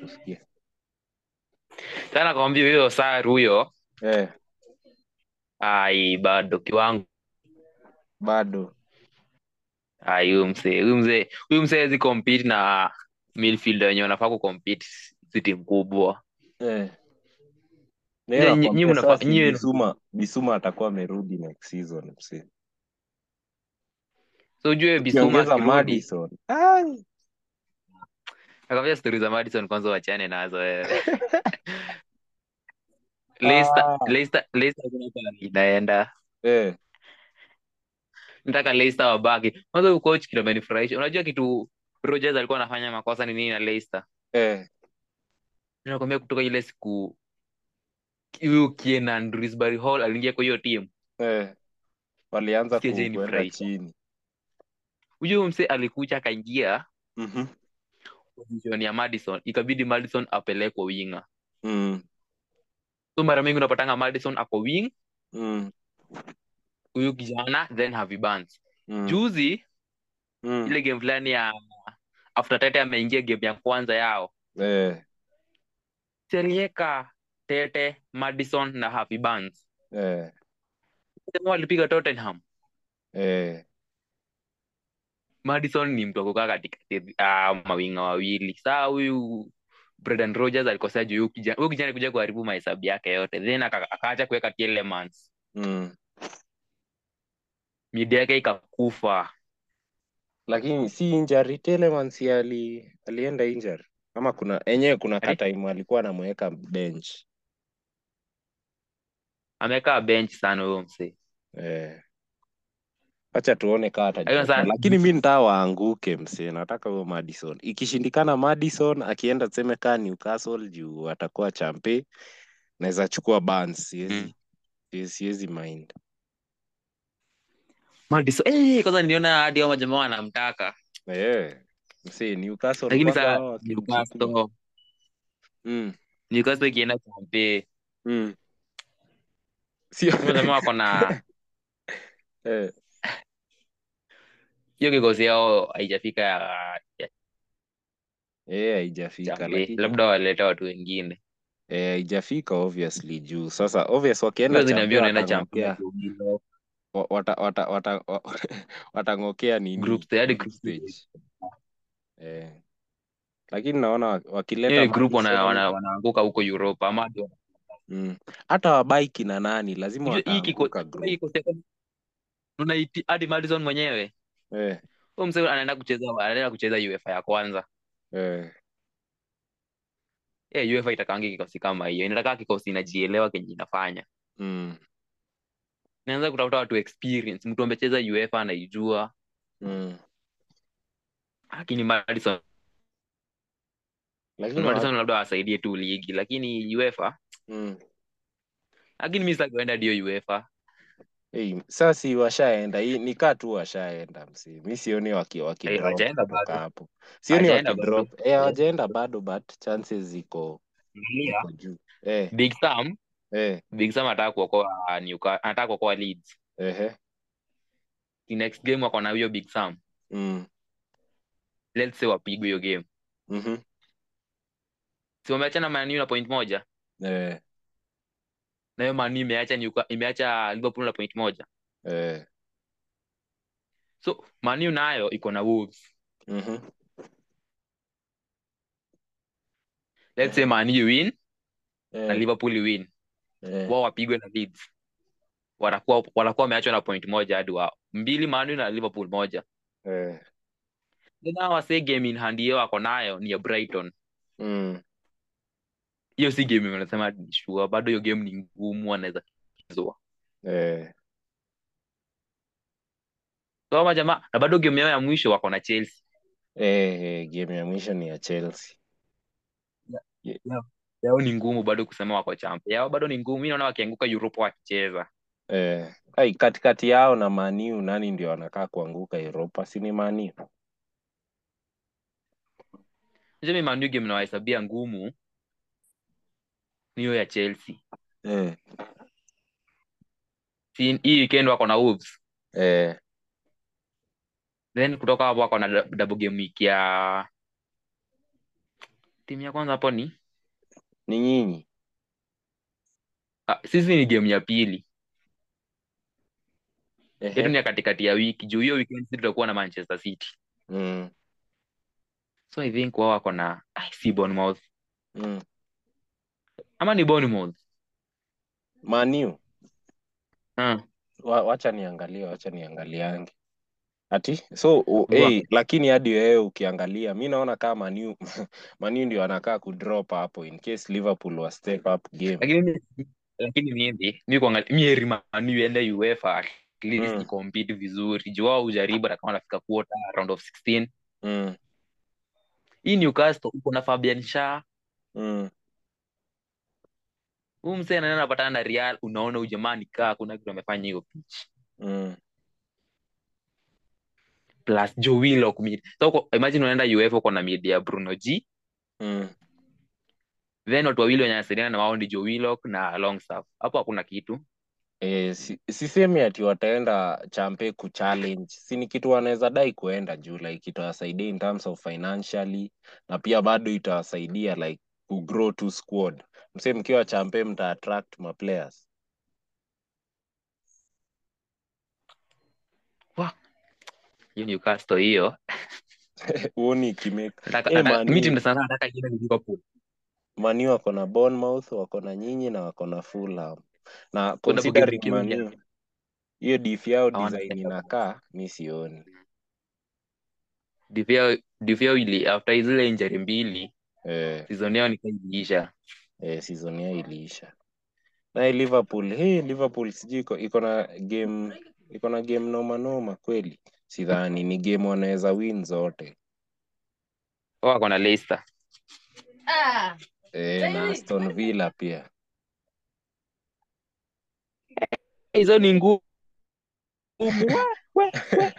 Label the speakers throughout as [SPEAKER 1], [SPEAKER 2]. [SPEAKER 1] kusikia
[SPEAKER 2] tena nakwambia huyo sar huyo
[SPEAKER 1] eh,
[SPEAKER 2] ai bado kiwango
[SPEAKER 1] bado
[SPEAKER 2] ai huyu mzee huyu mzee huyu mzee hawezi compete na midfielder wenye wanafaa kucompete si timu kubwa
[SPEAKER 1] eh.
[SPEAKER 2] Nye-
[SPEAKER 1] Naye
[SPEAKER 2] nye- nye
[SPEAKER 1] nakwambia
[SPEAKER 2] mnafa-
[SPEAKER 1] sasa
[SPEAKER 2] nye-
[SPEAKER 1] Bisuma, Bisuma atakuwa amerudi next season msi.
[SPEAKER 2] so ujue bisuma
[SPEAKER 1] Ukiongeza
[SPEAKER 2] akirudi
[SPEAKER 1] Madison. Ai,
[SPEAKER 2] nakwambia stori za madison kwanza wachane nazo wewe Leicester-
[SPEAKER 1] ah.
[SPEAKER 2] Leicester- Leicester hakuna pahali inaenda
[SPEAKER 1] Eh,
[SPEAKER 2] nataka Leicester wabaki. Kwanza huyu coach kitu amenifurahisha. Unajua kitu Rodgers alikuwa anafanya makosa ni nini na Leicester?
[SPEAKER 1] eh,
[SPEAKER 2] Nakwambia kutoka ile siku huyu Kieran Dewsbury Hall aliingia kwa hiyo timu.
[SPEAKER 1] eh. Walianza
[SPEAKER 2] Sikia je
[SPEAKER 1] ku- kuenda
[SPEAKER 2] nifurahisha.
[SPEAKER 1] chini.
[SPEAKER 2] Huyo mse alikuja akaingia
[SPEAKER 1] Mhm.
[SPEAKER 2] position ya Madison. Ikabidi Madison apelekwe winga.
[SPEAKER 1] Mm,
[SPEAKER 2] So mara mingi unapatanga Madison ako wing,
[SPEAKER 1] mm,
[SPEAKER 2] huyu kijana then Harvey Barnes.
[SPEAKER 1] mm,
[SPEAKER 2] Juzi
[SPEAKER 1] mm.
[SPEAKER 2] ile game fulani ya after Tete ameingia game ya kwanza yao.
[SPEAKER 1] Eh,
[SPEAKER 2] Selieka, Tete, Madison na Harvey Barnes.
[SPEAKER 1] eh,
[SPEAKER 2] Sema walipiga Tottenham.
[SPEAKER 1] eh.
[SPEAKER 2] Madison ni mtu wa kukaa katikati ah, mawinga wawili. Saa huyu Brendan Rodgers alikosea juu huyu kijana, huyu kijana alikuja kuharibu mahesabu yake yote, then aka- akaacha kuweka Tielemans,
[SPEAKER 1] Mm.
[SPEAKER 2] midi yake ikakufa.
[SPEAKER 1] Lakini si injury Telemans si ali, alienda injury. Ama kuna enyewe kuna
[SPEAKER 2] Ari-
[SPEAKER 1] kataimu alikuwa anamweka bench.
[SPEAKER 2] Amekaa bench sana huyo msee.
[SPEAKER 1] Eh. Wacha tuone kaa
[SPEAKER 2] Hiyo
[SPEAKER 1] atajikataa,
[SPEAKER 2] sana
[SPEAKER 1] lakini mi ntaa waanguke msee, nataka huyo Madison. Ikishindikana Madison akienda tuseme kaa Newcastle juu atakuwa champe, naweza chukua Barnes,
[SPEAKER 2] mm.
[SPEAKER 1] siwezi siwezi mind.
[SPEAKER 2] Madison eh, kwanza niliona hadi hao majamaa wanamtaka,
[SPEAKER 1] Eh, msee Newcastle
[SPEAKER 2] lakini
[SPEAKER 1] kwanza
[SPEAKER 2] saa
[SPEAKER 1] hao wakimchukua.
[SPEAKER 2] Newcastle,
[SPEAKER 1] Mm,
[SPEAKER 2] Newcastle ikienda champe,
[SPEAKER 1] mm. Sio
[SPEAKER 2] hao majamaa wako na
[SPEAKER 1] eh,
[SPEAKER 2] hiyo kikosi yao haijafika ya ya
[SPEAKER 1] eh, haijafika
[SPEAKER 2] champe,
[SPEAKER 1] lakini
[SPEAKER 2] labda waleta watu wengine.
[SPEAKER 1] eh, haijafika obviously juu sasa obvious wakienda
[SPEAKER 2] Sasa
[SPEAKER 1] champe
[SPEAKER 2] zinaambia unaenda champe na
[SPEAKER 1] watang'okea
[SPEAKER 2] Jorginho.
[SPEAKER 1] wa- wata, wata, wata, wa- watang'okea
[SPEAKER 2] group
[SPEAKER 1] nini
[SPEAKER 2] stage hadi
[SPEAKER 1] group
[SPEAKER 2] group
[SPEAKER 1] stage. Eh, lakini naona wa- wakileta
[SPEAKER 2] hiyo Eh, group wana,
[SPEAKER 1] Madison
[SPEAKER 2] wana, wanaanguka huko Europa ama ndio-
[SPEAKER 1] mm, hata wabai kina nani lazima
[SPEAKER 2] unajua hii kiko
[SPEAKER 1] wataanguka
[SPEAKER 2] hii
[SPEAKER 1] group.
[SPEAKER 2] kiko tunaiti hadi Madison mwenyewe
[SPEAKER 1] Eh,
[SPEAKER 2] huyo mzee anaenda kucheza anaenda kucheza UEFA ya kwanza
[SPEAKER 1] eh,
[SPEAKER 2] eh UEFA itakaangi kikosi kama hiyo inataka kikosi inajielewa kenye inafanya
[SPEAKER 1] mm,
[SPEAKER 2] naanza kutafuta watu experience mtu amecheza UEFA anaijua
[SPEAKER 1] mm.
[SPEAKER 2] lakini Madison
[SPEAKER 1] Lakini wa,
[SPEAKER 2] Madison labda wasaidie tu ligi lakini UEFA
[SPEAKER 1] mm,
[SPEAKER 2] lakini mimi sitakwenda ndio UEFA
[SPEAKER 1] hey, sasa si washaenda hii nikaa tu washaenda msi. Mi sioni waki,
[SPEAKER 2] Eh,
[SPEAKER 1] wakidrop
[SPEAKER 2] hawajaenda
[SPEAKER 1] kutoka
[SPEAKER 2] bado
[SPEAKER 1] hapo, sioni
[SPEAKER 2] hawajaenda bado
[SPEAKER 1] wakidrop. Eh, hawajaenda bado but chances ziko
[SPEAKER 2] angalia
[SPEAKER 1] ziko juu. Eh,
[SPEAKER 2] Big Sam
[SPEAKER 1] eh,
[SPEAKER 2] Big Sam anataka kuokoa Newcastle anataka kuokoa Leeds
[SPEAKER 1] ehe,
[SPEAKER 2] the next game wako na huyo big sam
[SPEAKER 1] mm,
[SPEAKER 2] let's say wapigwe hiyo game
[SPEAKER 1] mhm,
[SPEAKER 2] si wameachana manu na point moja
[SPEAKER 1] eh,
[SPEAKER 2] na hiyo manu imeacha Newca- imeacha liverpool na point moja
[SPEAKER 1] eh,
[SPEAKER 2] so manu nayo iko na wolves
[SPEAKER 1] mhm,
[SPEAKER 2] let's say
[SPEAKER 1] eh,
[SPEAKER 2] manu win na
[SPEAKER 1] eh,
[SPEAKER 2] liverpool win
[SPEAKER 1] eh,
[SPEAKER 2] wao wapigwe na leeds watakuwa watakuwa wameachwa na point moja hadi wao mbili manu na liverpool moja
[SPEAKER 1] eh,
[SPEAKER 2] then hawa wase game in hand hiyo wako nayo ni ya brighton
[SPEAKER 1] mm.
[SPEAKER 2] hiyo si game wanasema ni sure bado hiyo game ni ngumu wanaweza kuchezwa
[SPEAKER 1] Eh,
[SPEAKER 2] so hawa majamaa na bado game yao ya mwisho wako na chelsea
[SPEAKER 1] eh, eh, game ya mwisho ni ya Chelsea. Ye-
[SPEAKER 2] yao yao ni ngumu bado kusema wako champ yao bado ni ngumu mi naona wakianguka uropa wakicheza
[SPEAKER 1] Eh, ai, katikati yao na Maniu nani ndio wanakaa kuanguka Europa? Si ni Maniu?
[SPEAKER 2] najua mi Man U game nawahesabia ngumu ni hiyo ya chelsea
[SPEAKER 1] Eh.
[SPEAKER 2] Si- hii weekend wako na wolves
[SPEAKER 1] Eh,
[SPEAKER 2] then kutoka hapo wako na dou- double game week ya timu ya kwanza hapo ni
[SPEAKER 1] ni nyinyi
[SPEAKER 2] ah, sisi ni game ya pili yetu
[SPEAKER 1] Ehe.
[SPEAKER 2] ni ya katikati ya wiki juu hiyo weekend sisi tutakuwa na manchester city
[SPEAKER 1] mm.
[SPEAKER 2] so i think wao wako na ah, si Bournemouth
[SPEAKER 1] Mm.
[SPEAKER 2] ama ni Bournemouth
[SPEAKER 1] maniu
[SPEAKER 2] ah,
[SPEAKER 1] wa, wacha niangalie wacha niangaliange ati so u,
[SPEAKER 2] juu
[SPEAKER 1] hey, lakini hadi wewe ukiangalia mi naona kaa maniu maniu ndio anakaa kudrop hapo in case liverpool wa step up game
[SPEAKER 2] lakini mi- lakini mi hivi mi kuangalia mi heri Man U iende UEFA at least
[SPEAKER 1] mm.
[SPEAKER 2] icompete vizuri juu wao hujaribu hata kama wanafika quarter round of 16
[SPEAKER 1] Mm.
[SPEAKER 2] hii Newcastle uko na Fabian Shah
[SPEAKER 1] Mm.
[SPEAKER 2] huyu msee anaenda anapatana na Real unaona ujamani kaa kuna kitu amefanya hiyo pitch
[SPEAKER 1] Mm.
[SPEAKER 2] plus Joe Willock mid so uko- imagine unaenda UEFA uko na mid ya Bruno G
[SPEAKER 1] Mm.
[SPEAKER 2] then watu wawili wenye wanasaidiana na wao ni Joe Willock na Longstaff hapo hakuna kitu
[SPEAKER 1] E, si, sisemi ati wataenda champe kuchallenge, si ni kitu wanaweza dai kuenda juu, like itawasaidia in terms of financially, na pia bado itawasaidia like kugrow to squad. Mse mkiwa champe mta attract ma players.
[SPEAKER 2] Wah, hiyo Newcastle hiyo
[SPEAKER 1] Huoni ikimake
[SPEAKER 2] nataka
[SPEAKER 1] e,
[SPEAKER 2] nataka mi
[SPEAKER 1] mani
[SPEAKER 2] timu sana nataka iende ni Liverpool
[SPEAKER 1] mani wako na Bournemouth, wako na nyinyi na wako na Fulham, na
[SPEAKER 2] kuna forgive
[SPEAKER 1] considering
[SPEAKER 2] kiungi ya-
[SPEAKER 1] mani hiyo diff yao
[SPEAKER 2] hawana
[SPEAKER 1] design
[SPEAKER 2] center back
[SPEAKER 1] inakaa, mi sioni
[SPEAKER 2] Divyo ili after zile injury mbili
[SPEAKER 1] eh,
[SPEAKER 2] season yao nikaiisha.
[SPEAKER 1] eh, season yao iliisha. na hii Liverpool hii Liverpool sijui iko iko na game iko na game noma noma kweli, sidhani ni game wanaweza win zote
[SPEAKER 2] Wao wako na Leicester.
[SPEAKER 1] e, na Aston Villa pia
[SPEAKER 2] Eh, Hizo ni ngumu. wa, we, we, we,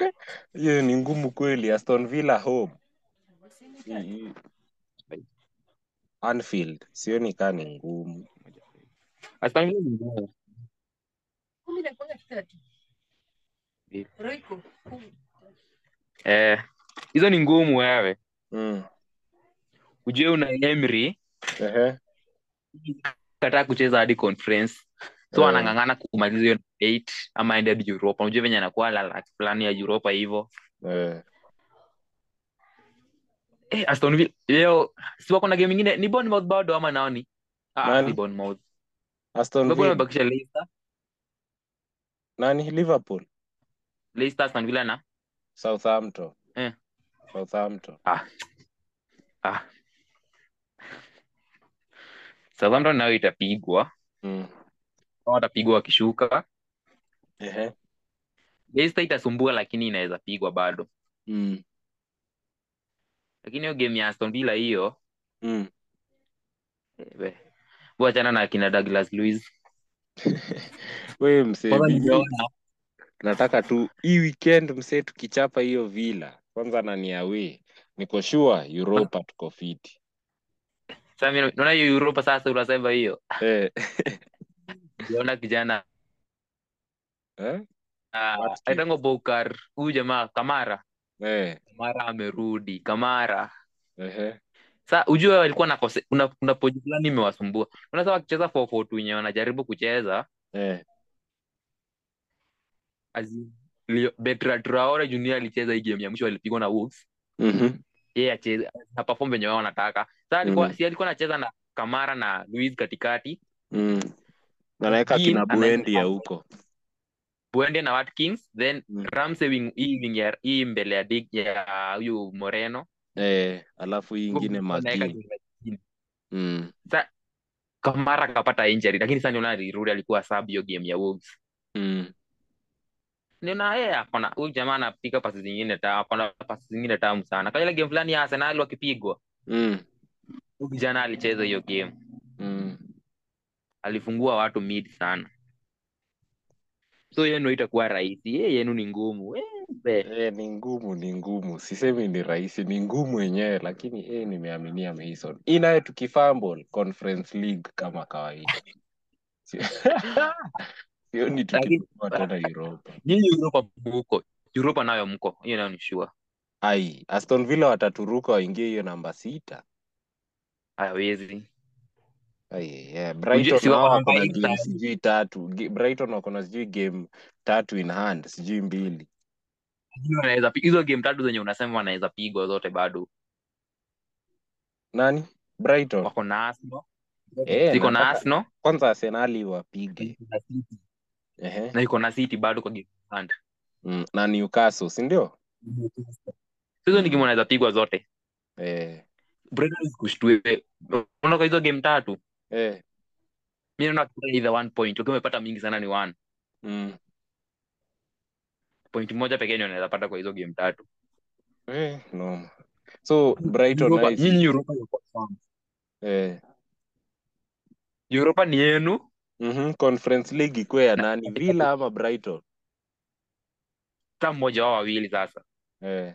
[SPEAKER 2] we.
[SPEAKER 1] hiyo ni ngumu kweli. Aston Villa home I- i- Anfield sioni kaa ni ngumu.
[SPEAKER 2] Aston Villa ni ngumu. Eh, hizo ni ngumu wewe.
[SPEAKER 1] mm.
[SPEAKER 2] Ujue una Emery
[SPEAKER 1] Ehe.
[SPEAKER 2] kataa kucheza hadi conference. So
[SPEAKER 1] Eh,
[SPEAKER 2] anang'ang'ana kumaliza hiyo eight ama aende hadi Europa. Unajua venye anakuwa lalax fulani ya Europa hivyo.
[SPEAKER 1] eh.
[SPEAKER 2] Eh, Aston Villa leo si wako na game nyingine ni Bournemouth bado ama nao ni? Ah, si
[SPEAKER 1] Nani
[SPEAKER 2] Bournemouth.
[SPEAKER 1] Aston
[SPEAKER 2] Sababu
[SPEAKER 1] Villa
[SPEAKER 2] wamebakisha Leicester,
[SPEAKER 1] nani Liverpool
[SPEAKER 2] Leicester, Aston Villa na
[SPEAKER 1] Southampton
[SPEAKER 2] eh.
[SPEAKER 1] Southampton
[SPEAKER 2] Ah, ah. Southampton nayo itapigwa
[SPEAKER 1] mm.
[SPEAKER 2] Hao watapigwa wakishuka.
[SPEAKER 1] Ehe.
[SPEAKER 2] Leicester itasumbua, lakini inaweza pigwa bado.
[SPEAKER 1] Mm.
[SPEAKER 2] Lakini hiyo game ya Aston Villa hiyo,
[SPEAKER 1] Mm.
[SPEAKER 2] eh, we, wachana na kina Douglas Luiz.
[SPEAKER 1] Wewe msee
[SPEAKER 2] Kwanza
[SPEAKER 1] mimi
[SPEAKER 2] nimeona
[SPEAKER 1] nataka tu hii weekend msee, tukichapa hiyo Villa kwanza na ni away, niko sure Europa tuko fiti
[SPEAKER 2] sasa, mimi naona hiyo Europa sasa, unasema hiyo
[SPEAKER 1] eh,
[SPEAKER 2] niliona kijana
[SPEAKER 1] eh?
[SPEAKER 2] ah,
[SPEAKER 1] Watkins
[SPEAKER 2] aitango Bokar, huyu jamaa Kamara,
[SPEAKER 1] eh,
[SPEAKER 2] Kamara amerudi, Kamara
[SPEAKER 1] ehe,
[SPEAKER 2] Sa ujue walikuwa na kose, kuna kuna poji fulani imewasumbua. Unaweza wakicheza 4-4-2 yenye wanajaribu kucheza
[SPEAKER 1] eh,
[SPEAKER 2] azi Leo- Bertrand Traore Junior alicheza hii game ya mwisho alipigwa na Wolves.
[SPEAKER 1] mhm,
[SPEAKER 2] yeye acheze na perform venye wao wanataka. Sasa alikuwa
[SPEAKER 1] mhm,
[SPEAKER 2] si alikuwa anacheza na Kamara na Luis katikati,
[SPEAKER 1] mm. Anaweka
[SPEAKER 2] Jean
[SPEAKER 1] kina
[SPEAKER 2] anaweka
[SPEAKER 1] Buendi ya huko
[SPEAKER 2] Buende na Watkins, then
[SPEAKER 1] mm.
[SPEAKER 2] Ramsey wing hii wing ya hii mbele ya dig ya huyu Moreno,
[SPEAKER 1] eh, alafu hii
[SPEAKER 2] huko
[SPEAKER 1] ingine
[SPEAKER 2] anaweka
[SPEAKER 1] Magi
[SPEAKER 2] jina chini.
[SPEAKER 1] mm.
[SPEAKER 2] Sasa Kamara akapata injury, lakini sasa niona alirudi, alikuwa sub hiyo game ya Wolves.
[SPEAKER 1] Mm.
[SPEAKER 2] Niona yeye hapana, huyu jamaa anapiga pasi zingine ta hapana, pasi zingine tamu sana. Kwa ile game fulani ya Arsenal wakipigwa,
[SPEAKER 1] Mm.
[SPEAKER 2] huyu kijana alicheza hiyo game,
[SPEAKER 1] Mm.
[SPEAKER 2] alifungua watu mid sana. so yenu itakuwa rahisi ye yenu ni ngumu Embe.
[SPEAKER 1] Eh, ni ngumu, ni ngumu. Sisemi ni rahisi, ni ngumu yenyewe, lakini eh, nimeaminia Mason. Hii nayo tukifumble Conference League kama kawaida. Sio- Sioni
[SPEAKER 2] lakini
[SPEAKER 1] tukifungua tena Europa.
[SPEAKER 2] nyinyi Europa mko Europa nayo mko hiyo nayo ni sure
[SPEAKER 1] Ai, Aston Villa wataturuka waingie hiyo namba sita.
[SPEAKER 2] hawezi
[SPEAKER 1] Ai, yeah. Brighton
[SPEAKER 2] si wako
[SPEAKER 1] hawa
[SPEAKER 2] namba
[SPEAKER 1] wako na
[SPEAKER 2] eight
[SPEAKER 1] game
[SPEAKER 2] sasa.
[SPEAKER 1] sijui tatu Ge- Brighton wako na sijui game tatu in hand sijui mbili
[SPEAKER 2] Hiyo wanaweza pi- hizo game tatu zenye unasema wanaweza pigwa zote bado
[SPEAKER 1] nani Brighton
[SPEAKER 2] wako na Arsenal
[SPEAKER 1] eh,
[SPEAKER 2] ziko na
[SPEAKER 1] nataka
[SPEAKER 2] Arsenal
[SPEAKER 1] kwanza Arsenali wapige
[SPEAKER 2] na City.
[SPEAKER 1] ehe
[SPEAKER 2] na iko na City bado kwa game hand
[SPEAKER 1] mm, na Newcastle si ndio
[SPEAKER 2] hizo ni game
[SPEAKER 1] mm.
[SPEAKER 2] wanaweza pigwa zote
[SPEAKER 1] eh,
[SPEAKER 2] Brighton kushtue unaona kwa hizo game tatu
[SPEAKER 1] eh,
[SPEAKER 2] mimi naona kuna either one point ukiwa umepata mingi sana ni one
[SPEAKER 1] mm.
[SPEAKER 2] point moja pekee ndio unaweza pata kwa hizo game tatu
[SPEAKER 1] eh, no. so Brighton
[SPEAKER 2] Europa,
[SPEAKER 1] naye
[SPEAKER 2] nyinyi
[SPEAKER 1] si
[SPEAKER 2] Europa ni kwa sana.
[SPEAKER 1] eh.
[SPEAKER 2] Europa ni yenu
[SPEAKER 1] mm Conference League ikuwe ya
[SPEAKER 2] na
[SPEAKER 1] nani Villa ama Brighton
[SPEAKER 2] hata mmoja wao wawili sasa
[SPEAKER 1] eh,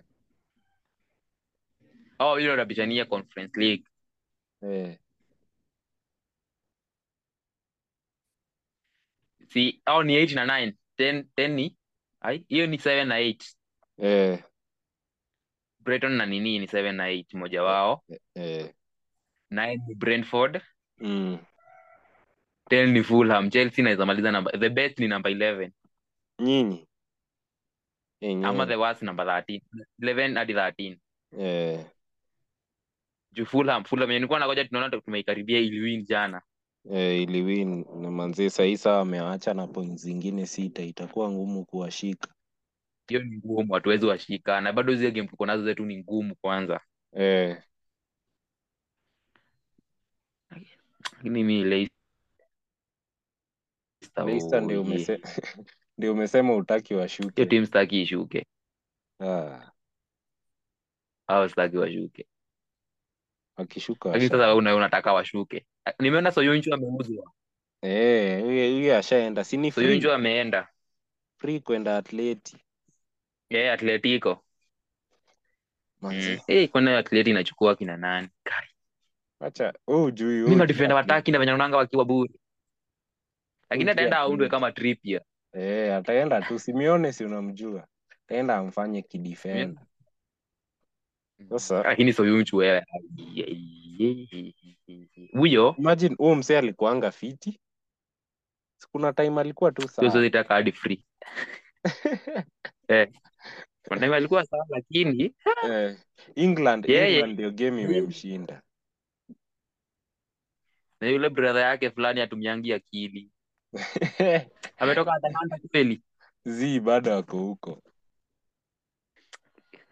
[SPEAKER 2] hao wawili wanabishania Conference League
[SPEAKER 1] eh.
[SPEAKER 2] si hao ni 8 na 9 10 10 ni ai hiyo ni 7 na 8
[SPEAKER 1] Eh.
[SPEAKER 2] Brighton na nini ni 7 na 8 mmoja wao
[SPEAKER 1] Eh.
[SPEAKER 2] 9 ni Brentford
[SPEAKER 1] Mm.
[SPEAKER 2] 10 ni Fulham Chelsea inaweza maliza namba the best ni namba 11
[SPEAKER 1] nyinyi Eh,
[SPEAKER 2] ama the
[SPEAKER 1] yenyewe
[SPEAKER 2] worst namba 13 11 hadi 13
[SPEAKER 1] eh.
[SPEAKER 2] juu Fulham Fulham yenye nilikuwa nangoja tunaona tumeikaribia ili win jana
[SPEAKER 1] Eh, iliwin na manzee sahii saa ameacha na point zingine sita itakuwa ngumu kuwashika
[SPEAKER 2] hiyo ni ngumu hatuwezi washika na bado zile game tuko nazo zetu ni ngumu kwanza
[SPEAKER 1] eh.
[SPEAKER 2] lakini mi Leicester
[SPEAKER 1] Leicester ndio
[SPEAKER 2] oye
[SPEAKER 1] umese... ndio umesema utaki
[SPEAKER 2] oh, hiyo
[SPEAKER 1] washuke
[SPEAKER 2] timu sitaki ishuke
[SPEAKER 1] ah.
[SPEAKER 2] au sitaki washuke
[SPEAKER 1] wakishuka
[SPEAKER 2] lakini sasa
[SPEAKER 1] washaenda
[SPEAKER 2] wewe una- unataka washuke nimeona Soyuncu ameuzwa
[SPEAKER 1] eh, huyo huyo ashaenda si ni free
[SPEAKER 2] Soyuncu ameenda
[SPEAKER 1] free kwenda atleti
[SPEAKER 2] yeye yeah, Atletico mm.
[SPEAKER 1] manzee
[SPEAKER 2] hey, kwani Atleti inachukua kina nani Kai.
[SPEAKER 1] acha oh, ujui
[SPEAKER 2] mi
[SPEAKER 1] oh, juu
[SPEAKER 2] madifenda wataki
[SPEAKER 1] atleti
[SPEAKER 2] na venye unaanga wakiwa bure
[SPEAKER 1] oh,
[SPEAKER 2] lakini
[SPEAKER 1] juu
[SPEAKER 2] ataenda aundwe
[SPEAKER 1] atleti
[SPEAKER 2] kama Trippier
[SPEAKER 1] Eh, ataenda tu Simeone, si unamjua, ataenda amfanye
[SPEAKER 2] Mi-
[SPEAKER 1] kidifenda.
[SPEAKER 2] Mm.
[SPEAKER 1] Sasa
[SPEAKER 2] lakini Soyuncu wewe ai, ai, ai, ai, ai. huyo
[SPEAKER 1] imagine huo msee alikuanga fiti, si kuna time alikuwa tu
[SPEAKER 2] huyo
[SPEAKER 1] sawa
[SPEAKER 2] siwezi taka hadi free eh, kuna time alikuwa sawa lakini
[SPEAKER 1] eh, England
[SPEAKER 2] yeye
[SPEAKER 1] England ndio game imemshinda
[SPEAKER 2] na yule brother yake fulani hatumiangi akili ametoka Atalanta kweli
[SPEAKER 1] zi bado ako huko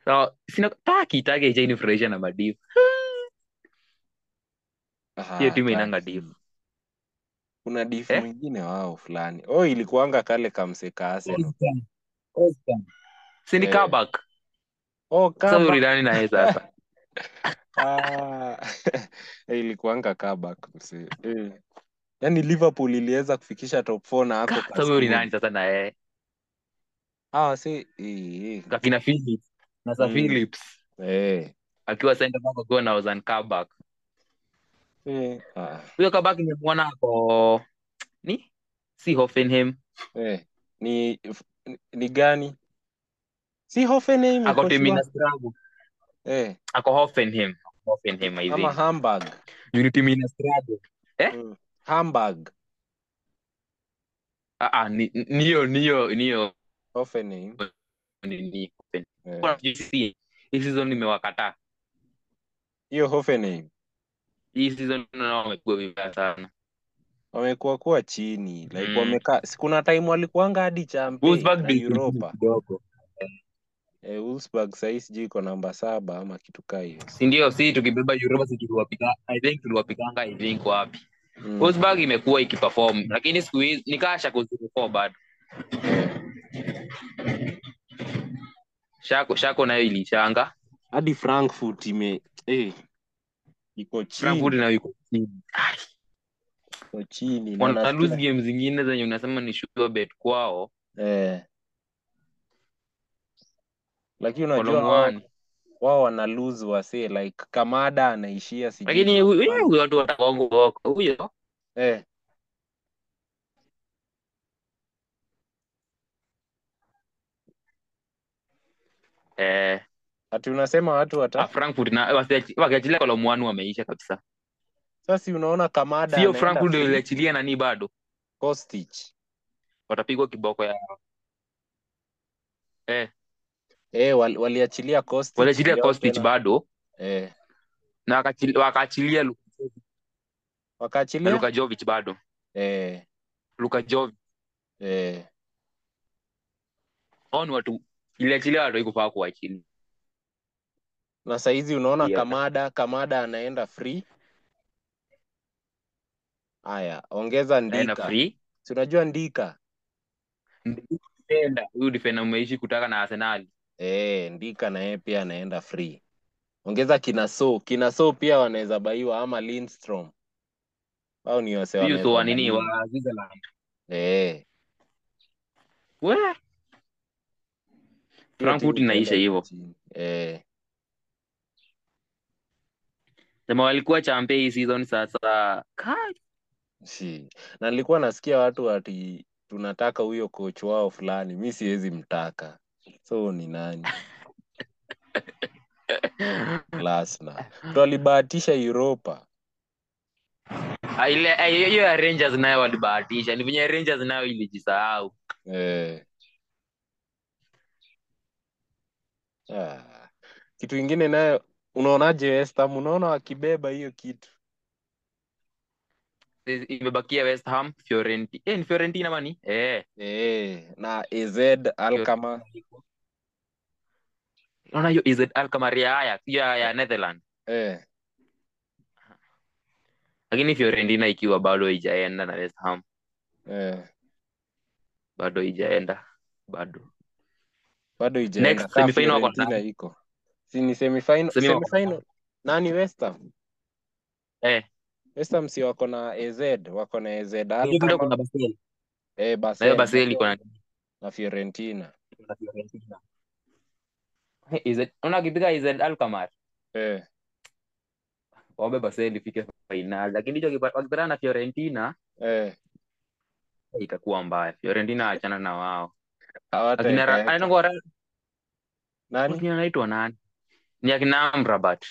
[SPEAKER 2] so, sina taki take ijainifurahisha na madiv hiyo
[SPEAKER 1] Ah,
[SPEAKER 2] timu inanga div
[SPEAKER 1] taki kuna difu
[SPEAKER 2] eh?
[SPEAKER 1] mwingine wao fulani, oh, ilikuanga kale kamse ka Arsenal
[SPEAKER 2] Ozcan, Ozcan. si ni
[SPEAKER 1] eh,
[SPEAKER 2] kabak
[SPEAKER 1] oh
[SPEAKER 2] sasa
[SPEAKER 1] kaba
[SPEAKER 2] uridani naye sasa
[SPEAKER 1] ah, Eh, ilikuanga kabak msee eh. Yaani Liverpool iliweza kufikisha top 4 na ako
[SPEAKER 2] Ka- sasa huyo ni nani
[SPEAKER 1] Kaskumu.
[SPEAKER 2] sasa na yeye
[SPEAKER 1] Ah, si eh,
[SPEAKER 2] akina Phillips na Sir
[SPEAKER 1] mm,
[SPEAKER 2] Phillips
[SPEAKER 1] eh,
[SPEAKER 2] akiwa center back akiwa na Ozan Kabak
[SPEAKER 1] eh, ah,
[SPEAKER 2] huyo Kabak nimemwona ako ni si Hoffenheim
[SPEAKER 1] eh, ni ni gani? Si Hoffenheim
[SPEAKER 2] ako
[SPEAKER 1] iko
[SPEAKER 2] timu
[SPEAKER 1] shua?
[SPEAKER 2] inastrago
[SPEAKER 1] Eh,
[SPEAKER 2] ako Hoffenheim Hoffenheim I
[SPEAKER 1] ama
[SPEAKER 2] think
[SPEAKER 1] Hamburg.
[SPEAKER 2] Juu ni timu inastrago eh
[SPEAKER 1] Mm. Hamburg,
[SPEAKER 2] ah ah ni niyo niyo niyo
[SPEAKER 1] Hoffenheim.
[SPEAKER 2] ni ni Hoffenheim
[SPEAKER 1] Eh.
[SPEAKER 2] Kwa GC, hii season nimewakataa
[SPEAKER 1] Hiyo Hoffenheim
[SPEAKER 2] hii season naona wamekuwa vibaya sana
[SPEAKER 1] wamekuwa kuwa chini. Like
[SPEAKER 2] mm.
[SPEAKER 1] wamekaa si kuna time walikuanga hadi champe
[SPEAKER 2] Wolfsburg
[SPEAKER 1] na
[SPEAKER 2] ndio iko chini
[SPEAKER 1] Europa.
[SPEAKER 2] kidogo
[SPEAKER 1] Eh, Wolfsburg sahii sijui iko namba saba ama kitu kaa hiyo.
[SPEAKER 2] si ndio si tukibeba Europa si tuliwapika I think tuliwapikanga I think wapi
[SPEAKER 1] Mm.
[SPEAKER 2] Wolfsburg imekuwa ikiperform lakini siku hizi nikaa Schalke zimekuwa bado
[SPEAKER 1] Eh.
[SPEAKER 2] Schalke Schalke nayo ilishanga
[SPEAKER 1] Hadi Frankfurt ime eh, iko
[SPEAKER 2] Frankfurt
[SPEAKER 1] chini,
[SPEAKER 2] nayo iko chini Ah,
[SPEAKER 1] iko chini na
[SPEAKER 2] wana lose
[SPEAKER 1] nasikia
[SPEAKER 2] game zingine zenye unasema ni sure bet kwao
[SPEAKER 1] eh, lakini unajua wao
[SPEAKER 2] Kolomwani
[SPEAKER 1] wao wana lose wasee like Kamada anaishia sijui
[SPEAKER 2] lakini huyu eh,
[SPEAKER 1] Kolomwani
[SPEAKER 2] huyo watu watakongo wako huyo
[SPEAKER 1] eh,
[SPEAKER 2] eh
[SPEAKER 1] ati unasema watu
[SPEAKER 2] ah,
[SPEAKER 1] wata
[SPEAKER 2] eh, ah, Frankfurt na wasiachi- wakiachilia Kolomwani wameisha kabisa
[SPEAKER 1] sasa si unaona kamada
[SPEAKER 2] sio
[SPEAKER 1] anaenda
[SPEAKER 2] frank ndio
[SPEAKER 1] Philly,
[SPEAKER 2] iliachilia nani bado
[SPEAKER 1] Kostic.
[SPEAKER 2] watapigwa kiboko ya eh,
[SPEAKER 1] Eh, wali- waliachilia Kostic
[SPEAKER 2] waliachilia
[SPEAKER 1] leo
[SPEAKER 2] Kostic
[SPEAKER 1] tena
[SPEAKER 2] bado
[SPEAKER 1] eh,
[SPEAKER 2] na wakaachil- wakaachilia Lu- na
[SPEAKER 1] wakaachilia
[SPEAKER 2] Luka Jovic bado
[SPEAKER 1] eh,
[SPEAKER 2] Luka Jovic
[SPEAKER 1] eh,
[SPEAKER 2] hao ni watu iliachilia watu haikufaa kuachilia
[SPEAKER 1] na saizi unaona kamada kamada anaenda free. Haya, ongeza
[SPEAKER 2] naenda
[SPEAKER 1] Ndika,
[SPEAKER 2] free
[SPEAKER 1] si unajua Ndika
[SPEAKER 2] Defender, huyu defender umeishi kutaka na Arsenal
[SPEAKER 1] eh, Ndika na yeye pia anaenda free. Ongeza Kinaso, Kinaso pia wanaweza baiwa ama Lindstrom, au ni wase
[SPEAKER 2] huyu so
[SPEAKER 1] wanaweza
[SPEAKER 2] wa nini
[SPEAKER 1] baiwa
[SPEAKER 2] wa Switzerland
[SPEAKER 1] eh,
[SPEAKER 2] we
[SPEAKER 1] hiyo
[SPEAKER 2] Frankfurt
[SPEAKER 1] timu itaenda
[SPEAKER 2] inaisha
[SPEAKER 1] huko
[SPEAKER 2] hivyo
[SPEAKER 1] chini eh.
[SPEAKER 2] sema walikuwa champe hii season sasa Kai.
[SPEAKER 1] Si. Na nilikuwa nasikia watu ati tunataka huyo coach wao fulani, mi siwezi mtaka. So ni nani? Lasna. Twalibahatisha Europa.
[SPEAKER 2] Ah, ile ah, hiyo hiyo ya Rangers nayo walibahatisha ni venye Rangers nayo ilijisahau
[SPEAKER 1] Eh. Ah. Kitu ingine nayo unaonaje West Ham? Unaona wakibeba hiyo kitu?
[SPEAKER 2] imebakia West Ham Fiorentina eh, ni Fiorentina mani eh
[SPEAKER 1] Eh, na AZ Alkmaar.
[SPEAKER 2] Fiorentina iko. unaona hiyo is it Alkmaar ya Ajax hiyo ya ya Netherlands
[SPEAKER 1] Eh.
[SPEAKER 2] lakini Fiorentina ikiwa bado haijaenda na West Ham
[SPEAKER 1] Eh.
[SPEAKER 2] bado haijaenda bado
[SPEAKER 1] Bado ijaenda.
[SPEAKER 2] next
[SPEAKER 1] Kaa
[SPEAKER 2] semifinal wako
[SPEAKER 1] Fiorentina
[SPEAKER 2] ndani
[SPEAKER 1] iko. Si ni semifinal,
[SPEAKER 2] semi wako
[SPEAKER 1] semifinal. Nani West Ham?
[SPEAKER 2] eh
[SPEAKER 1] West Ham si wako na AZ, wako na AZ
[SPEAKER 2] hiyo bado
[SPEAKER 1] Alkmaar.
[SPEAKER 2] kuna Basel
[SPEAKER 1] Eh,
[SPEAKER 2] na hiyo
[SPEAKER 1] Basel
[SPEAKER 2] Basel iko na
[SPEAKER 1] na Fiorentina.
[SPEAKER 2] na Fiorentina Eh, is it unaona kipiga is it Alkmaar
[SPEAKER 1] Eh,
[SPEAKER 2] waombe Basel ifike final lakini hicho kipa- wakipatana na Fiorentina
[SPEAKER 1] eh,
[SPEAKER 2] itakuwa mbaya Fiorentina achana na wao akina
[SPEAKER 1] hawataeka
[SPEAKER 2] Ra-
[SPEAKER 1] eka.
[SPEAKER 2] anaitwa Ra-
[SPEAKER 1] eh. Nani?
[SPEAKER 2] wakina anaitwa nani ni akina Amrabat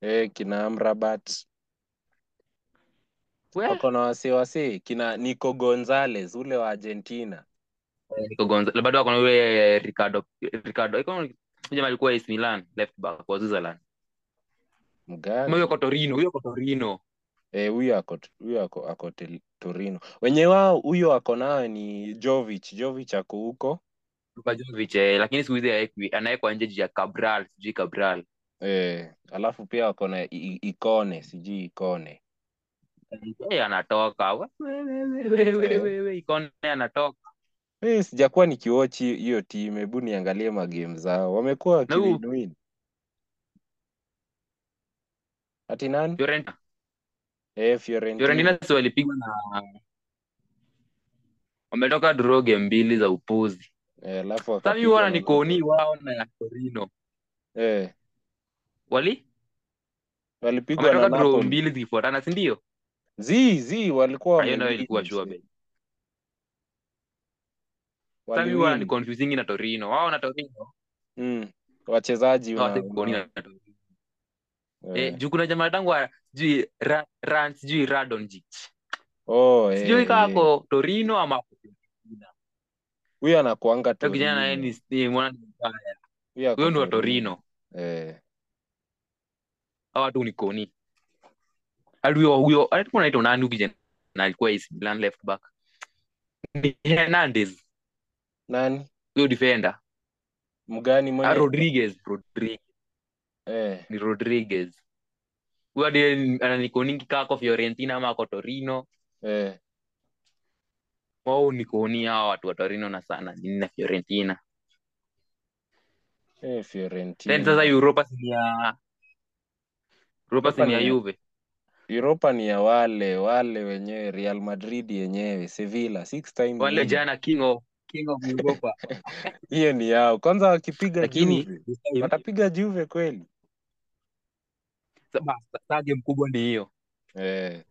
[SPEAKER 1] Eh, kina Amrabat
[SPEAKER 2] we
[SPEAKER 1] wako na wasiwasi, kina Nico Gonzalez ule wa Argentina.
[SPEAKER 2] iko Gonza- bado wako na yule Ricardo Ricardo iko huyu jamaa alikuwa AC Milan left back wa Switzerland Ama huyo
[SPEAKER 1] Mgani?
[SPEAKER 2] kwa Torino huyo kwa Torino
[SPEAKER 1] Eh, huyo ako huyo ako ako Tel- Torino. Wenye wao huyo ako nayo ni Jovic. Jovic ako huko.
[SPEAKER 2] Luka Jovic eh, lakini siku hizi haekwi- anawekwa nje juu ya Cabral sijui Cabral
[SPEAKER 1] Eh, alafu pia wako na I- I- Ikone, sijui Ikone.
[SPEAKER 2] eh anatoka we we we we we
[SPEAKER 1] Eh,
[SPEAKER 2] we we ikone anatoka
[SPEAKER 1] eh, sijakuwa nikiwochi hiyo timu. Hebu niangalie magame zao. Wamekuwa
[SPEAKER 2] na huyu
[SPEAKER 1] wakiwinwin. Ati nani?
[SPEAKER 2] Fiorentina
[SPEAKER 1] Eh, Fiorentina.
[SPEAKER 2] Fiorentina si walipigwa na wametoka draw game mbili za upuzi
[SPEAKER 1] Eh, alafu
[SPEAKER 2] sasa mimi
[SPEAKER 1] wakapigwa
[SPEAKER 2] wana
[SPEAKER 1] na
[SPEAKER 2] nikoni
[SPEAKER 1] Napoli.
[SPEAKER 2] wao na ya Torino
[SPEAKER 1] Eh,
[SPEAKER 2] wali
[SPEAKER 1] walipigwa na
[SPEAKER 2] wametoka draw
[SPEAKER 1] Napoli.
[SPEAKER 2] mbili zikifuatana si ndio
[SPEAKER 1] Zi zi walikuwa
[SPEAKER 2] hiyo nayo
[SPEAKER 1] wamewin
[SPEAKER 2] ilikuwa sure
[SPEAKER 1] mse.
[SPEAKER 2] bet sasa mimi wana ni
[SPEAKER 1] Waliwin.
[SPEAKER 2] confusing na Torino wao na Torino
[SPEAKER 1] Mm. Wachezaji
[SPEAKER 2] na
[SPEAKER 1] una
[SPEAKER 2] wasema nikoni
[SPEAKER 1] una
[SPEAKER 2] na Torino eh
[SPEAKER 1] eh.
[SPEAKER 2] juu kuna jamaa tangu wa- sijui Ra- Ran sijui Radonjic
[SPEAKER 1] Oh,
[SPEAKER 2] sijui
[SPEAKER 1] eh,
[SPEAKER 2] kama
[SPEAKER 1] eh.
[SPEAKER 2] ako Torino ama ako Fiorentina.
[SPEAKER 1] Huyo anakuanga
[SPEAKER 2] Huyo kijana naye
[SPEAKER 1] Torino.
[SPEAKER 2] ni ni mwana ni mbaya.
[SPEAKER 1] Huyo ako
[SPEAKER 2] Huyo ni wa
[SPEAKER 1] Torino.
[SPEAKER 2] Torino.
[SPEAKER 1] Eh.
[SPEAKER 2] Hawa tu ni koni. Hadi huyo huyo alikuwa anaitwa nani huyo kijana? Na alikuwa AC Milan left back. Ni Hernandez.
[SPEAKER 1] Nani?
[SPEAKER 2] Huyo defender.
[SPEAKER 1] Mgani
[SPEAKER 2] Ah,
[SPEAKER 1] mwenye
[SPEAKER 2] Rodriguez, Rodriguez,
[SPEAKER 1] eh.
[SPEAKER 2] ni Rodriguez. Huyo ndiye ananikoningi kaa kwa Fiorentina ama kwa Torino.
[SPEAKER 1] Eh.
[SPEAKER 2] Wao ni koni hawa watu wa Torino na sana nini na Fiorentina.
[SPEAKER 1] Eh,
[SPEAKER 2] Then sasa
[SPEAKER 1] Fiorentina.
[SPEAKER 2] Europa si ni ya Europa si
[SPEAKER 1] Europa
[SPEAKER 2] ni ya
[SPEAKER 1] ni ya
[SPEAKER 2] Juve.
[SPEAKER 1] Europa ni ya wale wale wenyewe Real Madrid yenyewe, Sevilla six time
[SPEAKER 2] Wale
[SPEAKER 1] winner.
[SPEAKER 2] jana King of King of Europa.
[SPEAKER 1] Hiyo ni yao. Kwanza wakipiga
[SPEAKER 2] Lakini
[SPEAKER 1] Juve.
[SPEAKER 2] this time
[SPEAKER 1] Watapiga Juve kweli?
[SPEAKER 2] sasa sasa game kubwa ni hiyo.
[SPEAKER 1] Eh.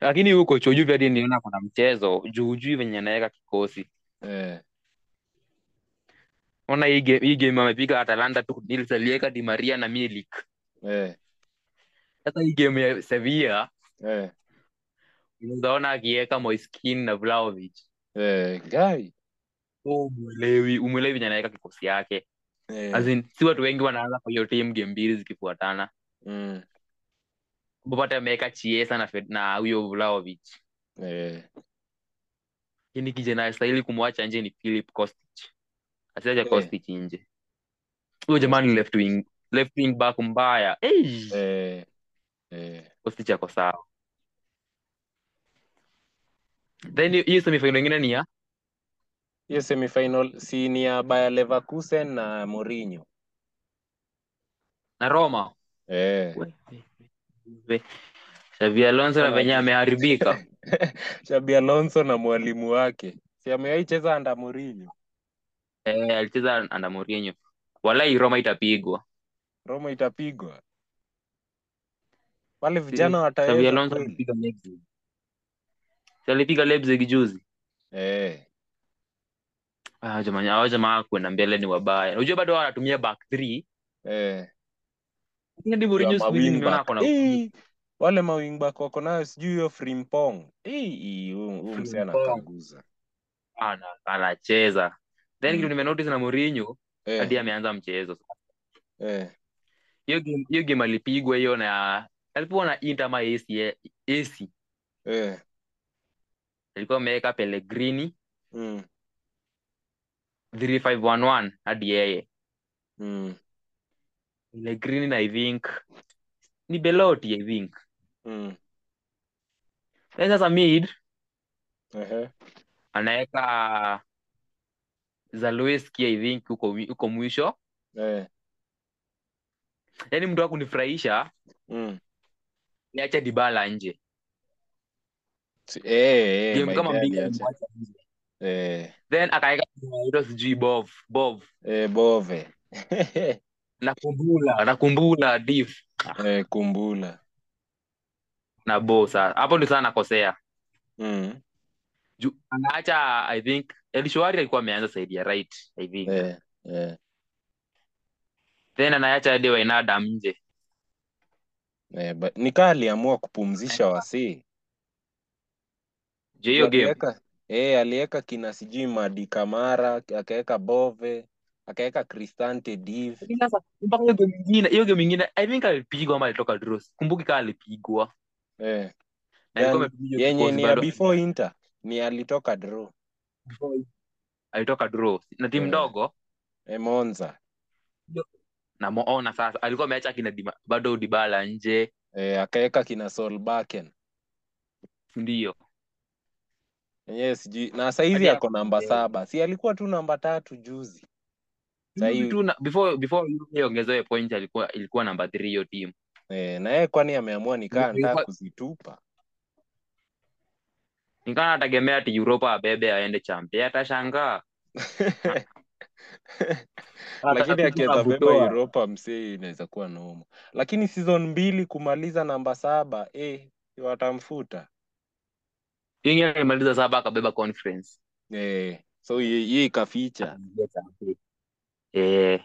[SPEAKER 2] lakini huko chojuvi hadi niona kuna mchezo juujui venye anaweka kikosi
[SPEAKER 1] Eh.
[SPEAKER 2] ona hii game hii game amepiga atalanta tu nilialieka di maria na milik
[SPEAKER 1] Eh.
[SPEAKER 2] sasa hii game ya sevilla
[SPEAKER 1] eh,
[SPEAKER 2] unawezaona akiweka moiskin na vlaovic
[SPEAKER 1] eh, guy
[SPEAKER 2] umwelewi umwelewi venye anaweka kikosi yake
[SPEAKER 1] eh,
[SPEAKER 2] As in, si watu wengi wanaanza kwa hiyo team game mbili zikifuatana
[SPEAKER 1] mm,
[SPEAKER 2] ambapo hata ameweka chiesa na Fed- na huyo vlaovic
[SPEAKER 1] eh,
[SPEAKER 2] lakini kijana astahili kumwacha nje ni philip kostic asiacha
[SPEAKER 1] Eh.
[SPEAKER 2] kostic nje huyo jamani left wing left wing back mbaya hey!
[SPEAKER 1] eh, eh,
[SPEAKER 2] kostic ako sawa then hiyo- hiyo semifinal ingine ni ya
[SPEAKER 1] hiyo semifinal si ni ya Bayer Leverkusen na Mourinho
[SPEAKER 2] na roma
[SPEAKER 1] eh.
[SPEAKER 2] Xavi Alonso na
[SPEAKER 1] Sana.
[SPEAKER 2] venye ameharibika
[SPEAKER 1] Xabi Alonso na mwalimu wake si amewahi cheza anda Mourinho
[SPEAKER 2] eh, alicheza under Mourinho walai Roma itapigwa
[SPEAKER 1] Roma itapigwa wale
[SPEAKER 2] Eh,
[SPEAKER 1] vijana
[SPEAKER 2] Xavi
[SPEAKER 1] wataweza
[SPEAKER 2] Alonso
[SPEAKER 1] kweli
[SPEAKER 2] alipiga Leipzig Si alipiga Leipzig juzi
[SPEAKER 1] eh,
[SPEAKER 2] ah, jamani hao jamaa kwenda mbele ni wabaya unajua bado hao wanatumia back three
[SPEAKER 1] eh.
[SPEAKER 2] lakini hadi
[SPEAKER 1] ya
[SPEAKER 2] Mourinho siku hizi nimeona
[SPEAKER 1] mawingback
[SPEAKER 2] ako na
[SPEAKER 1] Eh, wale mawingback wako nayo sijui hiyo Frimpong Eh, huyu huyu msee
[SPEAKER 2] Frimpong.
[SPEAKER 1] anakaguza
[SPEAKER 2] ana anacheza then
[SPEAKER 1] Mm.
[SPEAKER 2] kitu nimenotice na Mourinho
[SPEAKER 1] eh,
[SPEAKER 2] hadi ameanza mchezo
[SPEAKER 1] eh,
[SPEAKER 2] hiyo game hiyo game alipigwa hiyo na alipigwa na Inter ama AC eh, AC
[SPEAKER 1] eh,
[SPEAKER 2] alikuwa ameweka Pellegrini
[SPEAKER 1] mm,
[SPEAKER 2] 3511 hadi yeye
[SPEAKER 1] mm,
[SPEAKER 2] Pellegrini na I think ni Belotti I think
[SPEAKER 1] mm,
[SPEAKER 2] then sasa mid
[SPEAKER 1] ehe,
[SPEAKER 2] anaweka Zalewski I think huko wi- huko mwisho
[SPEAKER 1] eh,
[SPEAKER 2] yani mtu wa kunifurahisha
[SPEAKER 1] mm.
[SPEAKER 2] niacha Dybala nje
[SPEAKER 1] Si- eh, eh,
[SPEAKER 2] game
[SPEAKER 1] my
[SPEAKER 2] kama
[SPEAKER 1] guy
[SPEAKER 2] mbili
[SPEAKER 1] aliacha
[SPEAKER 2] alimwacha nje
[SPEAKER 1] eh,
[SPEAKER 2] then akaweka anaitwa sijui Bov Bov
[SPEAKER 1] eh, bove
[SPEAKER 2] nakumbula nakumbula div
[SPEAKER 1] eh, kumbula
[SPEAKER 2] na Bo sasa hapo ndio sana nakosea
[SPEAKER 1] mm,
[SPEAKER 2] Ju- anaacha I think Elishwari alikuwa ameanza saidi ya right I think
[SPEAKER 1] eh, eh,
[SPEAKER 2] then anaacha hadi Wainada nje
[SPEAKER 1] eh, but, nikaa aliamua kupumzisha wasee Juu
[SPEAKER 2] je hiyo game
[SPEAKER 1] aliweka eh, aliweka kina sijui Madi Kamara, akaweka Bove, akaweka Cristante Div.
[SPEAKER 2] Lakini sasa mpaka hiyo game ingine hiyo game ingine I think alipigwa ama alitoka draw kumbuki kama alipigwa
[SPEAKER 1] Eh,
[SPEAKER 2] na alikuwa
[SPEAKER 1] yani
[SPEAKER 2] ametumia
[SPEAKER 1] yenye
[SPEAKER 2] kikosi
[SPEAKER 1] ni ya
[SPEAKER 2] bado
[SPEAKER 1] before Inter ni alitoka draw
[SPEAKER 2] alitoka draw na timu
[SPEAKER 1] eh,
[SPEAKER 2] ndogo
[SPEAKER 1] eh, Monza
[SPEAKER 2] namuona sasa alikuwa ameacha kina Dima- bado Dybala nje
[SPEAKER 1] eh, akaweka kina Solbakken
[SPEAKER 2] ndio
[SPEAKER 1] yenyewe sijui, na saizi
[SPEAKER 2] hadi
[SPEAKER 1] ako namba
[SPEAKER 2] akaongezewa.
[SPEAKER 1] saba, si alikuwa tu namba tatu juzi
[SPEAKER 2] Juzi
[SPEAKER 1] sahii
[SPEAKER 2] Mm, tu na before before yeye ongezewe point alikuwa ilikuwa namba 3 hiyo timu
[SPEAKER 1] eh, na yeye kwani ameamua nikaa ntaa
[SPEAKER 2] Ilikuwa-
[SPEAKER 1] kuzitupa
[SPEAKER 2] nikawa nategemea ati Europa abebe aende champion atashangaa
[SPEAKER 1] Ah,
[SPEAKER 2] Ah,
[SPEAKER 1] lakini
[SPEAKER 2] atakuja
[SPEAKER 1] akiweza beba
[SPEAKER 2] anabutoa
[SPEAKER 1] Europa msee, inaweza kuwa noma, lakini season mbili kumaliza namba saba eh, watamfuta
[SPEAKER 2] yengi alimaliza saba akabeba conference
[SPEAKER 1] eh, so yeye ikaficha
[SPEAKER 2] Akaingia champion. eh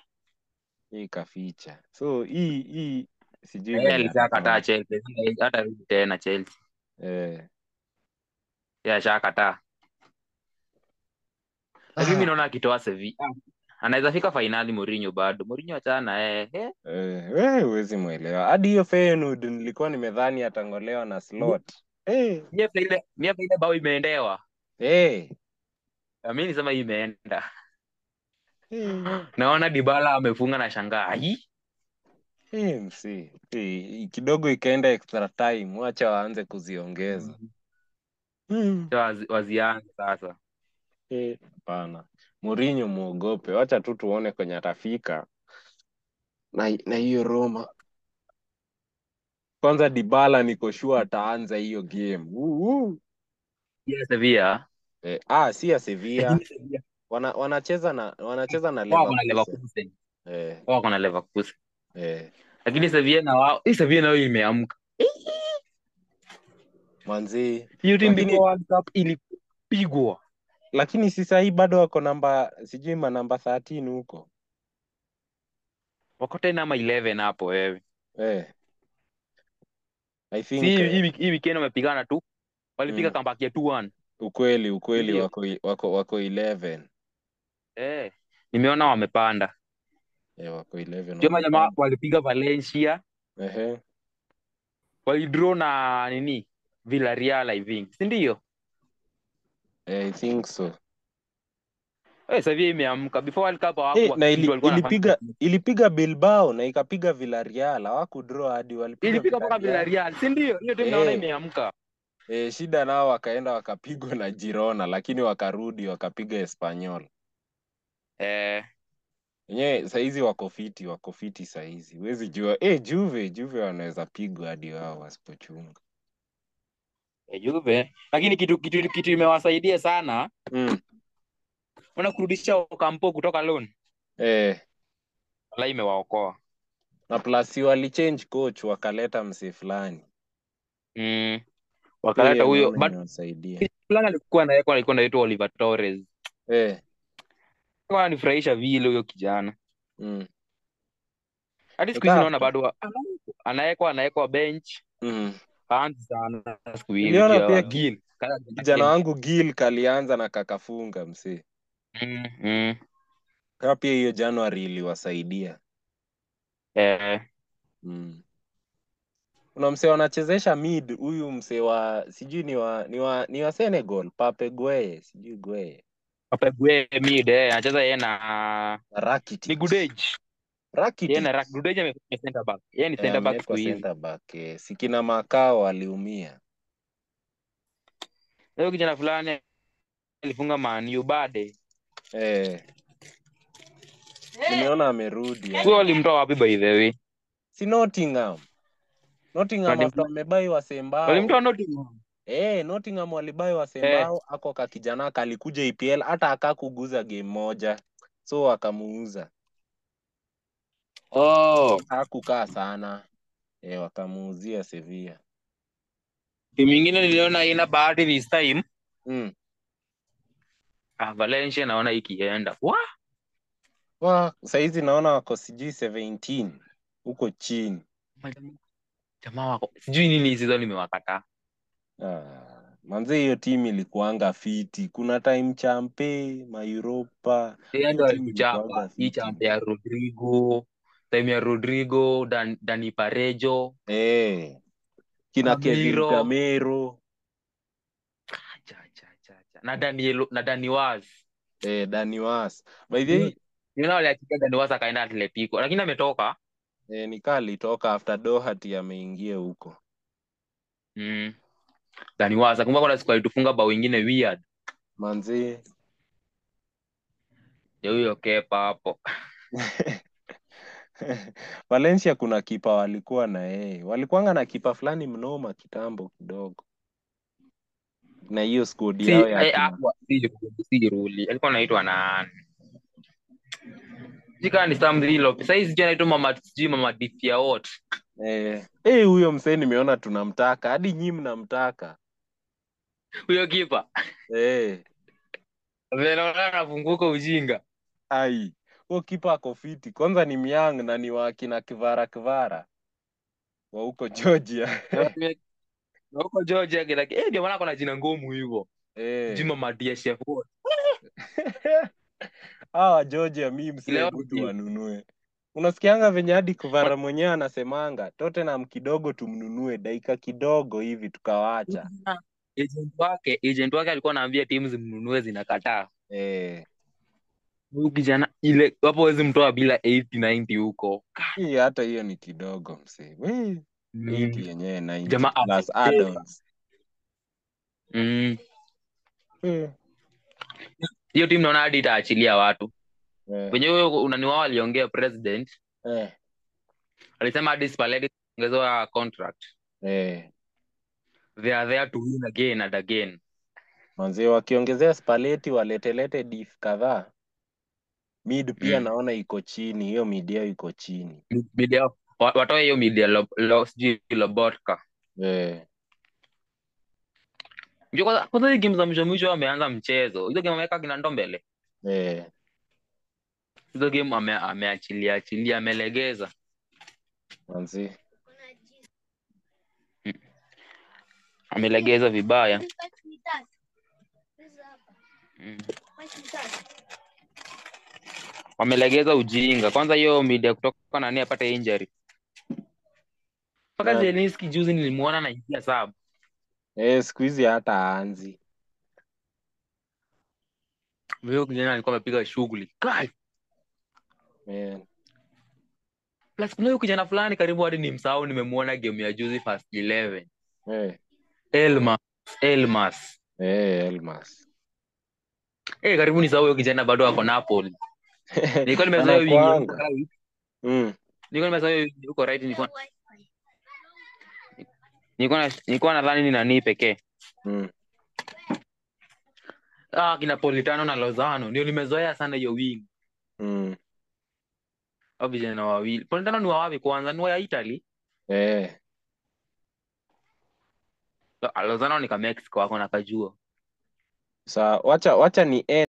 [SPEAKER 1] yeye ikaficha, so hii hii sijui
[SPEAKER 2] na yeye
[SPEAKER 1] venye
[SPEAKER 2] alishakataa
[SPEAKER 1] atafanya
[SPEAKER 2] Chelsea hata rudi tena Chelsea
[SPEAKER 1] eh.
[SPEAKER 2] yeye ashakataa lakini mimi
[SPEAKER 1] Ah,
[SPEAKER 2] naona akitoa Sevilla anaweza fika fainali Mourinho bado Mourinho achana na yeye eh.
[SPEAKER 1] eh, wewe huwezi mwelewa hadi hiyo Feyenoord nilikuwa nimedhani atangolewa na Slot eh,
[SPEAKER 2] Mie hata ile mie hata ile bao imeendewa
[SPEAKER 1] eh,
[SPEAKER 2] Na mimi nisema hii imeenda
[SPEAKER 1] eh.
[SPEAKER 2] naona Dybala amefunga na shangaa hii
[SPEAKER 1] Hey, msi hey, eh, kidogo ikaenda extra time, wacha waanze kuziongeza. Hmm.
[SPEAKER 2] Sasa wazi- wazianze sasa
[SPEAKER 1] Hey. Hapana, Mourinho muogope, wacha tu tuone kwenye atafika na na hiyo Roma. Kwanza Dybala niko sure ataanza hiyo game uh, uh.
[SPEAKER 2] yes Sevilla
[SPEAKER 1] Eh, ah, si ya Sevilla
[SPEAKER 2] lakini Sevilla
[SPEAKER 1] wana, wanacheza na wanacheza na
[SPEAKER 2] wao wako na
[SPEAKER 1] Leverkusen
[SPEAKER 2] Leverkusen
[SPEAKER 1] eh,
[SPEAKER 2] wao wako na Leverkusen
[SPEAKER 1] eh.
[SPEAKER 2] lakini Sevilla na wao hii Sevilla nayo imeamka
[SPEAKER 1] Manzi
[SPEAKER 2] hiyo timu before
[SPEAKER 1] lakini
[SPEAKER 2] World Cup ilipigwa
[SPEAKER 1] lakini si sahii bado wako namba sijui ma namba 13 huko
[SPEAKER 2] eh. wako tena ama 11 hapo wewe
[SPEAKER 1] eh. I
[SPEAKER 2] si
[SPEAKER 1] think
[SPEAKER 2] hii
[SPEAKER 1] eh,
[SPEAKER 2] hii wiki- hii weekend wamepigana tu walipiga
[SPEAKER 1] mm,
[SPEAKER 2] comeback ya 2-1
[SPEAKER 1] ukweli ukweli
[SPEAKER 2] ndio
[SPEAKER 1] wako wako wako 11
[SPEAKER 2] eh nimeona wamepanda
[SPEAKER 1] eh, wako 11
[SPEAKER 2] Jema jamaa
[SPEAKER 1] wamepanda
[SPEAKER 2] walipiga Valencia
[SPEAKER 1] ehe
[SPEAKER 2] walidraw na nini Villarreal I think si ndio
[SPEAKER 1] eh, I think so
[SPEAKER 2] eh sasa hivi imeamka before World Cup
[SPEAKER 1] eh,
[SPEAKER 2] hawakuwa
[SPEAKER 1] na
[SPEAKER 2] kitu
[SPEAKER 1] ili,
[SPEAKER 2] walikuwa wanafanya
[SPEAKER 1] ilipiga ilipiga Bilbao na ikapiga Villarreal hawakudraw hadi walipiga
[SPEAKER 2] ilipiga mpaka
[SPEAKER 1] Villarreal
[SPEAKER 2] Villarreal si ndio hiyo timu naona
[SPEAKER 1] eh,
[SPEAKER 2] imeamka
[SPEAKER 1] eh, shida nao wakaenda wakapigwa na Girona lakini wakarudi wakapiga Espanyol
[SPEAKER 2] eh
[SPEAKER 1] wenyewe saizi wako fiti wako fiti saizi huwezi jua eh, Juve Juve wanaweza pigwa hadi wao wasipochunga
[SPEAKER 2] eh, Juve lakini kitu kitu kitu imewasaidia sana
[SPEAKER 1] mm.
[SPEAKER 2] ona kurudisha Okampo kutoka loan
[SPEAKER 1] eh,
[SPEAKER 2] wala imewaokoa
[SPEAKER 1] na plasi walichange coach wakaleta msee fulani
[SPEAKER 2] mm.
[SPEAKER 1] hiyo
[SPEAKER 2] wakaleta huyo
[SPEAKER 1] naona
[SPEAKER 2] but
[SPEAKER 1] imewasaidia
[SPEAKER 2] fulani alikuwa anawekwa alikuwa anaitwa Oliver Torres
[SPEAKER 1] eh,
[SPEAKER 2] alikuwa ananifurahisha vile huyo kijana
[SPEAKER 1] mm.
[SPEAKER 2] hadi
[SPEAKER 1] Ni
[SPEAKER 2] siku hizi
[SPEAKER 1] kaa
[SPEAKER 2] naona bado wa- anawekwa anawekwa bench
[SPEAKER 1] mm.
[SPEAKER 2] haanzi sana siku hizi
[SPEAKER 1] niliona
[SPEAKER 2] pia
[SPEAKER 1] pia
[SPEAKER 2] Gil kala
[SPEAKER 1] kijana wangu Gil kalianza na kakafunga msee
[SPEAKER 2] mm, mm.
[SPEAKER 1] kaa pia hiyo Januari iliwasaidia
[SPEAKER 2] eh
[SPEAKER 1] mm. kuna msee wanachezesha mid huyu msee wa sijui ni wa ni wa ni wa Senegal Pape Gueye sijui Gueye
[SPEAKER 2] Papegue mid eh anacheza yeye na
[SPEAKER 1] na
[SPEAKER 2] ni
[SPEAKER 1] Rakitic
[SPEAKER 2] Gudej yeye
[SPEAKER 1] Rakitic
[SPEAKER 2] na Rak Gudej amekuwa center back yeye ni
[SPEAKER 1] eh,
[SPEAKER 2] center back siku
[SPEAKER 1] amewekwa
[SPEAKER 2] hizi
[SPEAKER 1] center back eh, sikina Makao aliumia
[SPEAKER 2] leo kijana fulani alifunga Man U bade
[SPEAKER 1] eh, nimeona amerudi
[SPEAKER 2] huyo
[SPEAKER 1] hadi
[SPEAKER 2] walimtoa wapi by the way
[SPEAKER 1] si Nottingham Nottingham after
[SPEAKER 2] walimtoa
[SPEAKER 1] wamebai Wasembao
[SPEAKER 2] walimtoa Nottingham
[SPEAKER 1] Eh, Nottingham walibai
[SPEAKER 2] eh
[SPEAKER 1] Wasembao, ako kakijana kalikuja EPL hata akakuguza game moja, so wakamuuza,
[SPEAKER 2] oh
[SPEAKER 1] hakukaa sana eh, wakamuuzia Sevilla.
[SPEAKER 2] timu nyingine niliona haina bahati this time
[SPEAKER 1] Mm.
[SPEAKER 2] ah, Valencia naona ikienda wa
[SPEAKER 1] Wa, saizi naona wako sijui 17 huko chini.
[SPEAKER 2] Majamaa- jamaa wako sijui nini hii season imewakataa
[SPEAKER 1] Ah, manze hiyo timu ilikuanga fiti, kuna time champe ma Europa,
[SPEAKER 2] yeye
[SPEAKER 1] hiyo
[SPEAKER 2] ndo
[SPEAKER 1] timu
[SPEAKER 2] alituchapa
[SPEAKER 1] ilikuanga
[SPEAKER 2] hii
[SPEAKER 1] fiti.
[SPEAKER 2] champe ya Rodrigo time ya Rodrigo Dan, Dani Parejo
[SPEAKER 1] Eh, kina Kevin
[SPEAKER 2] Gamero
[SPEAKER 1] Gamero,
[SPEAKER 2] cha cha cha cha na Daniel na Dani Waz
[SPEAKER 1] eh, Dani Waas. By the
[SPEAKER 2] Hiyo-
[SPEAKER 1] way,
[SPEAKER 2] niona wale akika Dani Waz akaenda Atletico lakini ametoka
[SPEAKER 1] E, nikaa alitoka after Doherty ameingia huko.
[SPEAKER 2] mm. Dani Waz akumbuka kuna siku alitufunga bao ingine weird
[SPEAKER 1] Manzi
[SPEAKER 2] ya huyo Kepa hapo
[SPEAKER 1] Valencia kuna kipa walikuwa na yeye. Walikuwanga na kipa fulani mnoma kitambo kidogo. Na hiyo squad
[SPEAKER 2] si
[SPEAKER 1] yao ya
[SPEAKER 2] eh,
[SPEAKER 1] kina.
[SPEAKER 2] hakuwa si si Ruli alikuwa anaitwa na Jika ni Sam Dilo. Sasa hizi jana anaitwa Mama sijui Mama Dithia Watt.
[SPEAKER 1] Eh, eh huyo msee nimeona tunamtaka. Hadi nyinyi mnamtaka.
[SPEAKER 2] Huyo kipa.
[SPEAKER 1] Eh,
[SPEAKER 2] Vile naona anafunguka ujinga.
[SPEAKER 1] ai. Huyo kipa ako fiti. Kwanza ni Myang na ni wa kina Kvara Kvara wa huko Georgia.
[SPEAKER 2] Na watu wengi- na Huko Georgia kila eh ndio maana kuna jina ngumu hivyo. Sijui
[SPEAKER 1] Eh.
[SPEAKER 2] Mama Dia Chef Watt.
[SPEAKER 1] Hawa Georgia mi
[SPEAKER 2] Ile
[SPEAKER 1] msee
[SPEAKER 2] wao
[SPEAKER 1] butu
[SPEAKER 2] jina.
[SPEAKER 1] wanunue. Unasikianga venye hadi Kvara mwenyewe anasemanga Tottenham kidogo tumnunue dakika kidogo hivi tukawaacha.
[SPEAKER 2] Agent wake, agent wake alikuwa anaambia timu zimnunue zinakataa.
[SPEAKER 1] Eh,
[SPEAKER 2] Huyu kijana ile wapo wezi mtoa bila 80 90 huko.
[SPEAKER 1] hii hata hiyo ni kidogo msee. We, 80
[SPEAKER 2] Mm.
[SPEAKER 1] yenyewe 90
[SPEAKER 2] Jamaa
[SPEAKER 1] plus
[SPEAKER 2] amecheza.
[SPEAKER 1] add-ons.
[SPEAKER 2] Mm.
[SPEAKER 1] Eh,
[SPEAKER 2] Hiyo timu naona hadi itaachilia watu.
[SPEAKER 1] eh,
[SPEAKER 2] Wenyewe huyo unaniwao aliongea president
[SPEAKER 1] eh,
[SPEAKER 2] alisema hadi Spalletti ongezewa contract
[SPEAKER 1] eh.
[SPEAKER 2] they are there to win again and again
[SPEAKER 1] Manzee wakiongezea Spalletti waletelete diff kadhaa. Mid pia
[SPEAKER 2] mm.
[SPEAKER 1] naona iko chini, hiyo mid yao iko chini.
[SPEAKER 2] media wa- watoe hiyo media lo, lo, sijui Lobotka
[SPEAKER 1] Eh,
[SPEAKER 2] Ndio kwanza kwanza hizi game za mwisho mwisho wameanza mchezo hizo game ameweka kina Ndombele
[SPEAKER 1] eh.
[SPEAKER 2] hizo game ame, ameachilia achilia amelegeza
[SPEAKER 1] Manzee.
[SPEAKER 2] Mm. amelegeza vibaya mm. wamelegeza ujinga kwanza hiyo media kutoka nani apate injury mpaka
[SPEAKER 1] Yeah.
[SPEAKER 2] zelinski juzi nilimwona naingia saba
[SPEAKER 1] Eh, siku hizi hata aanzi
[SPEAKER 2] huyo kijana alikuwa amepiga shughuli Kai!
[SPEAKER 1] man.
[SPEAKER 2] plus kuna huyo kijana fulani karibu hadi ni msahau nimemwona game ya juzi fast 11
[SPEAKER 1] Eh,
[SPEAKER 2] elmas elmas
[SPEAKER 1] eh, Elmas.
[SPEAKER 2] eh karibu ni huyo kijana bado ako napoli nilikuwa nimezoea wingi yuko
[SPEAKER 1] Anakuanga.
[SPEAKER 2] right.
[SPEAKER 1] Mm.
[SPEAKER 2] nilikuwa nimezoea wingi yuko right nilikuwa nilikuwa na- nilikuwa nadhani ni nani pekee
[SPEAKER 1] Mm.
[SPEAKER 2] ah kina politano na lozano ndio nimezoea sana hiyo wingi
[SPEAKER 1] Mm.
[SPEAKER 2] au vijana wawili politano ni wa wapi kwanza ni wa italy
[SPEAKER 1] Eh,
[SPEAKER 2] Lo- lozano ni ka mexico ako na kajua
[SPEAKER 1] sa wacha wacha ni